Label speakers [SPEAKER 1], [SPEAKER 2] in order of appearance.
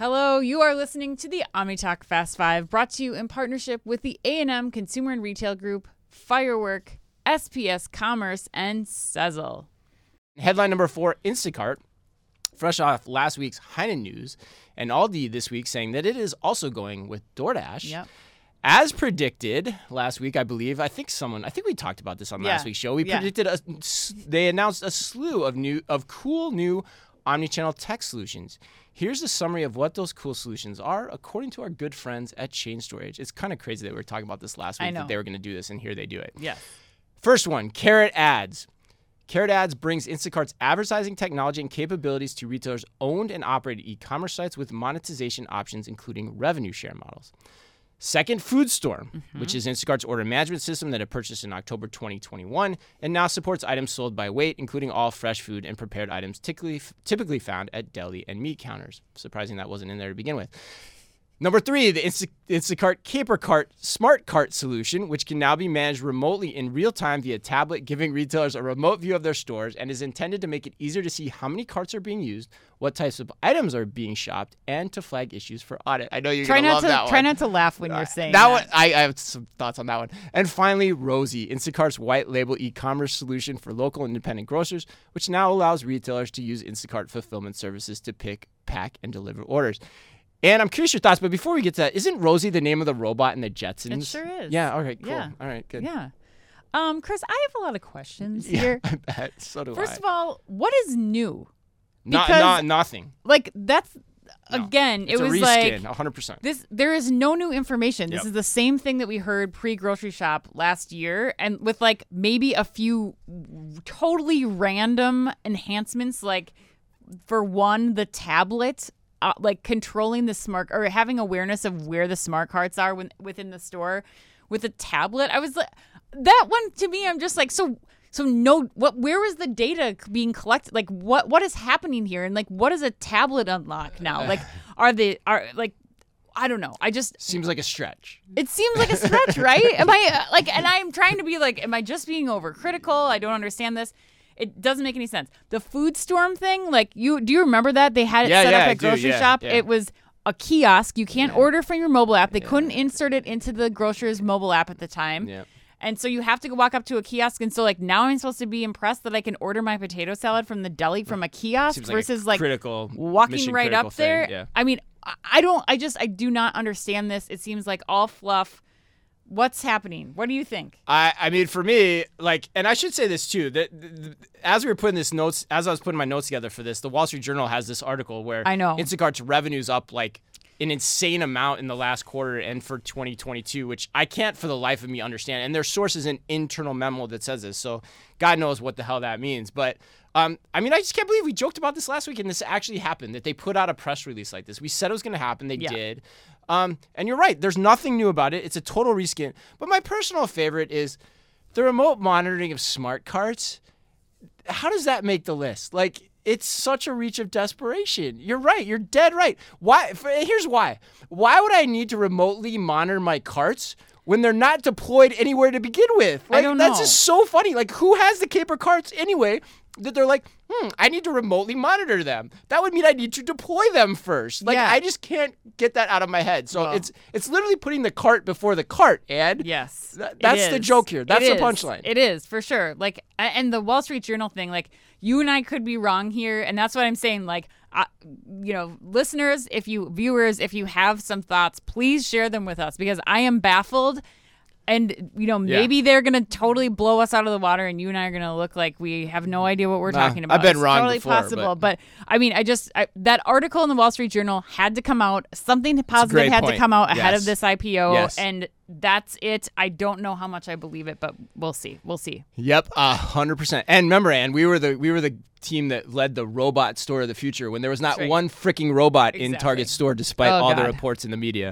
[SPEAKER 1] You are listening to the Amitalk Fast Five, brought to you in partnership with the A&M Consumer and Retail Group, Firework, SPS Commerce, and Sezzle.
[SPEAKER 2] Headline number four Instacart, fresh off last week's Heinen news, and Aldi this week saying that it is also going with DoorDash.
[SPEAKER 1] Yep.
[SPEAKER 2] As predicted last week, I believe, I think someone, I think we talked about this on
[SPEAKER 1] Yeah.
[SPEAKER 2] last week's show. We
[SPEAKER 1] Yeah.
[SPEAKER 2] predicted, a, they announced a slew of new, of cool new omnichannel tech solutions. Here's a summary of what those cool solutions are, according to our good friends at Chain Storage. It's kind of crazy that we were talking about this last
[SPEAKER 1] I
[SPEAKER 2] week
[SPEAKER 1] know.
[SPEAKER 2] that they were going to do this, and here they do it.
[SPEAKER 1] Yes.
[SPEAKER 2] First one, Carrot Ads. Carrot Ads brings Instacart's advertising technology and capabilities to retailers' owned and operated e commerce sites with monetization options, including revenue share models. Second, FoodStorm,
[SPEAKER 1] Mm-hmm.
[SPEAKER 2] which is Instacart's order management system that it purchased in October 2021 and now supports items sold by weight, including all fresh food and prepared items typically, typically found at deli and meat counters. Surprising that wasn't in there to begin with. Number three, the Insta- Instacart Caper Cart Smart Cart solution, which can now be managed remotely in real time via tablet, giving retailers a remote view of their stores and is intended to make it easier to see how many carts are being used, what types of items are being shopped, and to flag issues for audit. I know you're
[SPEAKER 1] Try
[SPEAKER 2] gonna
[SPEAKER 1] not
[SPEAKER 2] love
[SPEAKER 1] to
[SPEAKER 2] that
[SPEAKER 1] try
[SPEAKER 2] one. Uh,
[SPEAKER 1] not to laugh when you're saying
[SPEAKER 2] That one, I, I have some thoughts on that one. And finally, Rosie, Instacart's white label e commerce solution for local independent grocers, which now allows retailers to use Instacart fulfillment services to pick, pack, and deliver orders. And I'm curious your thoughts, but before we get to that, isn't Rosie the name of the robot in the Jetsons?
[SPEAKER 1] sure is.
[SPEAKER 2] Yeah, all right, cool.
[SPEAKER 1] Yeah.
[SPEAKER 2] All right, good.
[SPEAKER 1] Yeah. Um, Chris, I have a lot of questions
[SPEAKER 2] Yeah,
[SPEAKER 1] here.
[SPEAKER 2] I bet. So do I.
[SPEAKER 1] First of all, what is new?
[SPEAKER 2] not,
[SPEAKER 1] because-
[SPEAKER 2] not nothing.
[SPEAKER 1] Like that's
[SPEAKER 2] No.
[SPEAKER 1] again,
[SPEAKER 2] It's
[SPEAKER 1] it was
[SPEAKER 2] a
[SPEAKER 1] like
[SPEAKER 2] reskin, 100%.
[SPEAKER 1] This there is no new information. This
[SPEAKER 2] Yep.
[SPEAKER 1] is the same thing that we heard pre grocery shop last year, and with like maybe a few totally random enhancements. Like for one, the tablet, uh, like controlling the smart or having awareness of where the smart carts are when, within the store with a tablet. I was like, that one to me. I'm just like so. So no, what? Where was the data c- being collected? Like, what? What is happening here? And like, what does a tablet unlock now? Like, are they are like I don't know. I just
[SPEAKER 2] Seems like a stretch.
[SPEAKER 1] it seems like a stretch, right? Am I uh, like and I'm trying to be like am I just being overcritical? I don't understand this. It doesn't make any sense. The food storm thing, like you do you remember that they had it
[SPEAKER 2] Yeah,
[SPEAKER 1] set
[SPEAKER 2] yeah,
[SPEAKER 1] up
[SPEAKER 2] I
[SPEAKER 1] at
[SPEAKER 2] do,
[SPEAKER 1] grocery
[SPEAKER 2] yeah,
[SPEAKER 1] shop?
[SPEAKER 2] yeah.
[SPEAKER 1] It was a kiosk. You can't order from your mobile app. They couldn't insert it into the grocer's mobile app at the time.
[SPEAKER 2] Yeah.
[SPEAKER 1] And so you have to go walk up to a kiosk and so like now I'm supposed to be impressed that I can order my potato salad from the deli from a kiosk
[SPEAKER 2] Seems like a
[SPEAKER 1] versus like
[SPEAKER 2] critical,
[SPEAKER 1] walking
[SPEAKER 2] mission
[SPEAKER 1] right
[SPEAKER 2] critical
[SPEAKER 1] up
[SPEAKER 2] thing,
[SPEAKER 1] there.
[SPEAKER 2] Yeah.
[SPEAKER 1] I mean, I- I don't. I just I do not understand this. It seems like all fluff. What's happening? What do you think?
[SPEAKER 2] I, I mean, for me, like, and I should say this too that th- th- as we were putting this notes, as I was putting my notes together for this, the Wall Street Journal has this article where
[SPEAKER 1] I know.
[SPEAKER 2] Instacart's revenues up like an insane amount in the last quarter and for 2022, which I can't for the life of me understand. And their source is an internal memo that says this, so God knows what the hell that means. But um, I mean, I just can't believe we joked about this last week and this actually happened. That they put out a press release like this. We said it was going to happen. They
[SPEAKER 1] Yeah.
[SPEAKER 2] did did. Um, and you're right. There's nothing new about it. It's a total reskin. But my personal favorite is the remote monitoring of smart carts. How does that make the list? Like, it's such a reach of desperation. You're right. You're dead right. Why? f- Here's why. Why would I need to remotely monitor my carts when they're not deployed anywhere to begin with? Like,
[SPEAKER 1] don't
[SPEAKER 2] That's
[SPEAKER 1] know.
[SPEAKER 2] just so funny. Like, who has the caper carts anyway? That they're like, hmm, I need to remotely monitor them. That would mean I need to deploy them first. Like,
[SPEAKER 1] Yeah.
[SPEAKER 2] I just just can't get that out of my head. So
[SPEAKER 1] Well-
[SPEAKER 2] it's it's literally putting the cart before the cart, and
[SPEAKER 1] Yes.
[SPEAKER 2] Th-
[SPEAKER 1] it
[SPEAKER 2] that's the
[SPEAKER 1] is.
[SPEAKER 2] joke here.
[SPEAKER 1] It
[SPEAKER 2] That's the
[SPEAKER 1] is.
[SPEAKER 2] punchline.
[SPEAKER 1] It is for sure. Like, a- and the Wall Street Journal thing. Like, you and I could be wrong here, and that's what I'm saying. Like, I, you know, listeners, if you viewers, if you have some thoughts, please share them with us because I am baffled. And you know maybe they're gonna totally blow us out of the water, and you and I are gonna look like we have no idea what we're
[SPEAKER 2] Nah,
[SPEAKER 1] talking about.
[SPEAKER 2] I've been
[SPEAKER 1] It's
[SPEAKER 2] wrong
[SPEAKER 1] totally
[SPEAKER 2] before,
[SPEAKER 1] possible, but... I mean, I just I, that article in the Wall Street Journal had to come out. Something positive
[SPEAKER 2] great
[SPEAKER 1] had to
[SPEAKER 2] point.
[SPEAKER 1] come out ahead of
[SPEAKER 2] Yes.
[SPEAKER 1] this IPO,
[SPEAKER 2] Yes.
[SPEAKER 1] and that's it. I don't know how much I believe it, but we'll see. We'll see.
[SPEAKER 2] Yep, a hundred percent. And remember, Ann, we were the we were the team that led the robot store of the future when there was not
[SPEAKER 1] right.
[SPEAKER 2] one freaking robot in
[SPEAKER 1] Exactly.
[SPEAKER 2] Target store, despite
[SPEAKER 1] Oh,
[SPEAKER 2] all the
[SPEAKER 1] God.
[SPEAKER 2] reports in the media.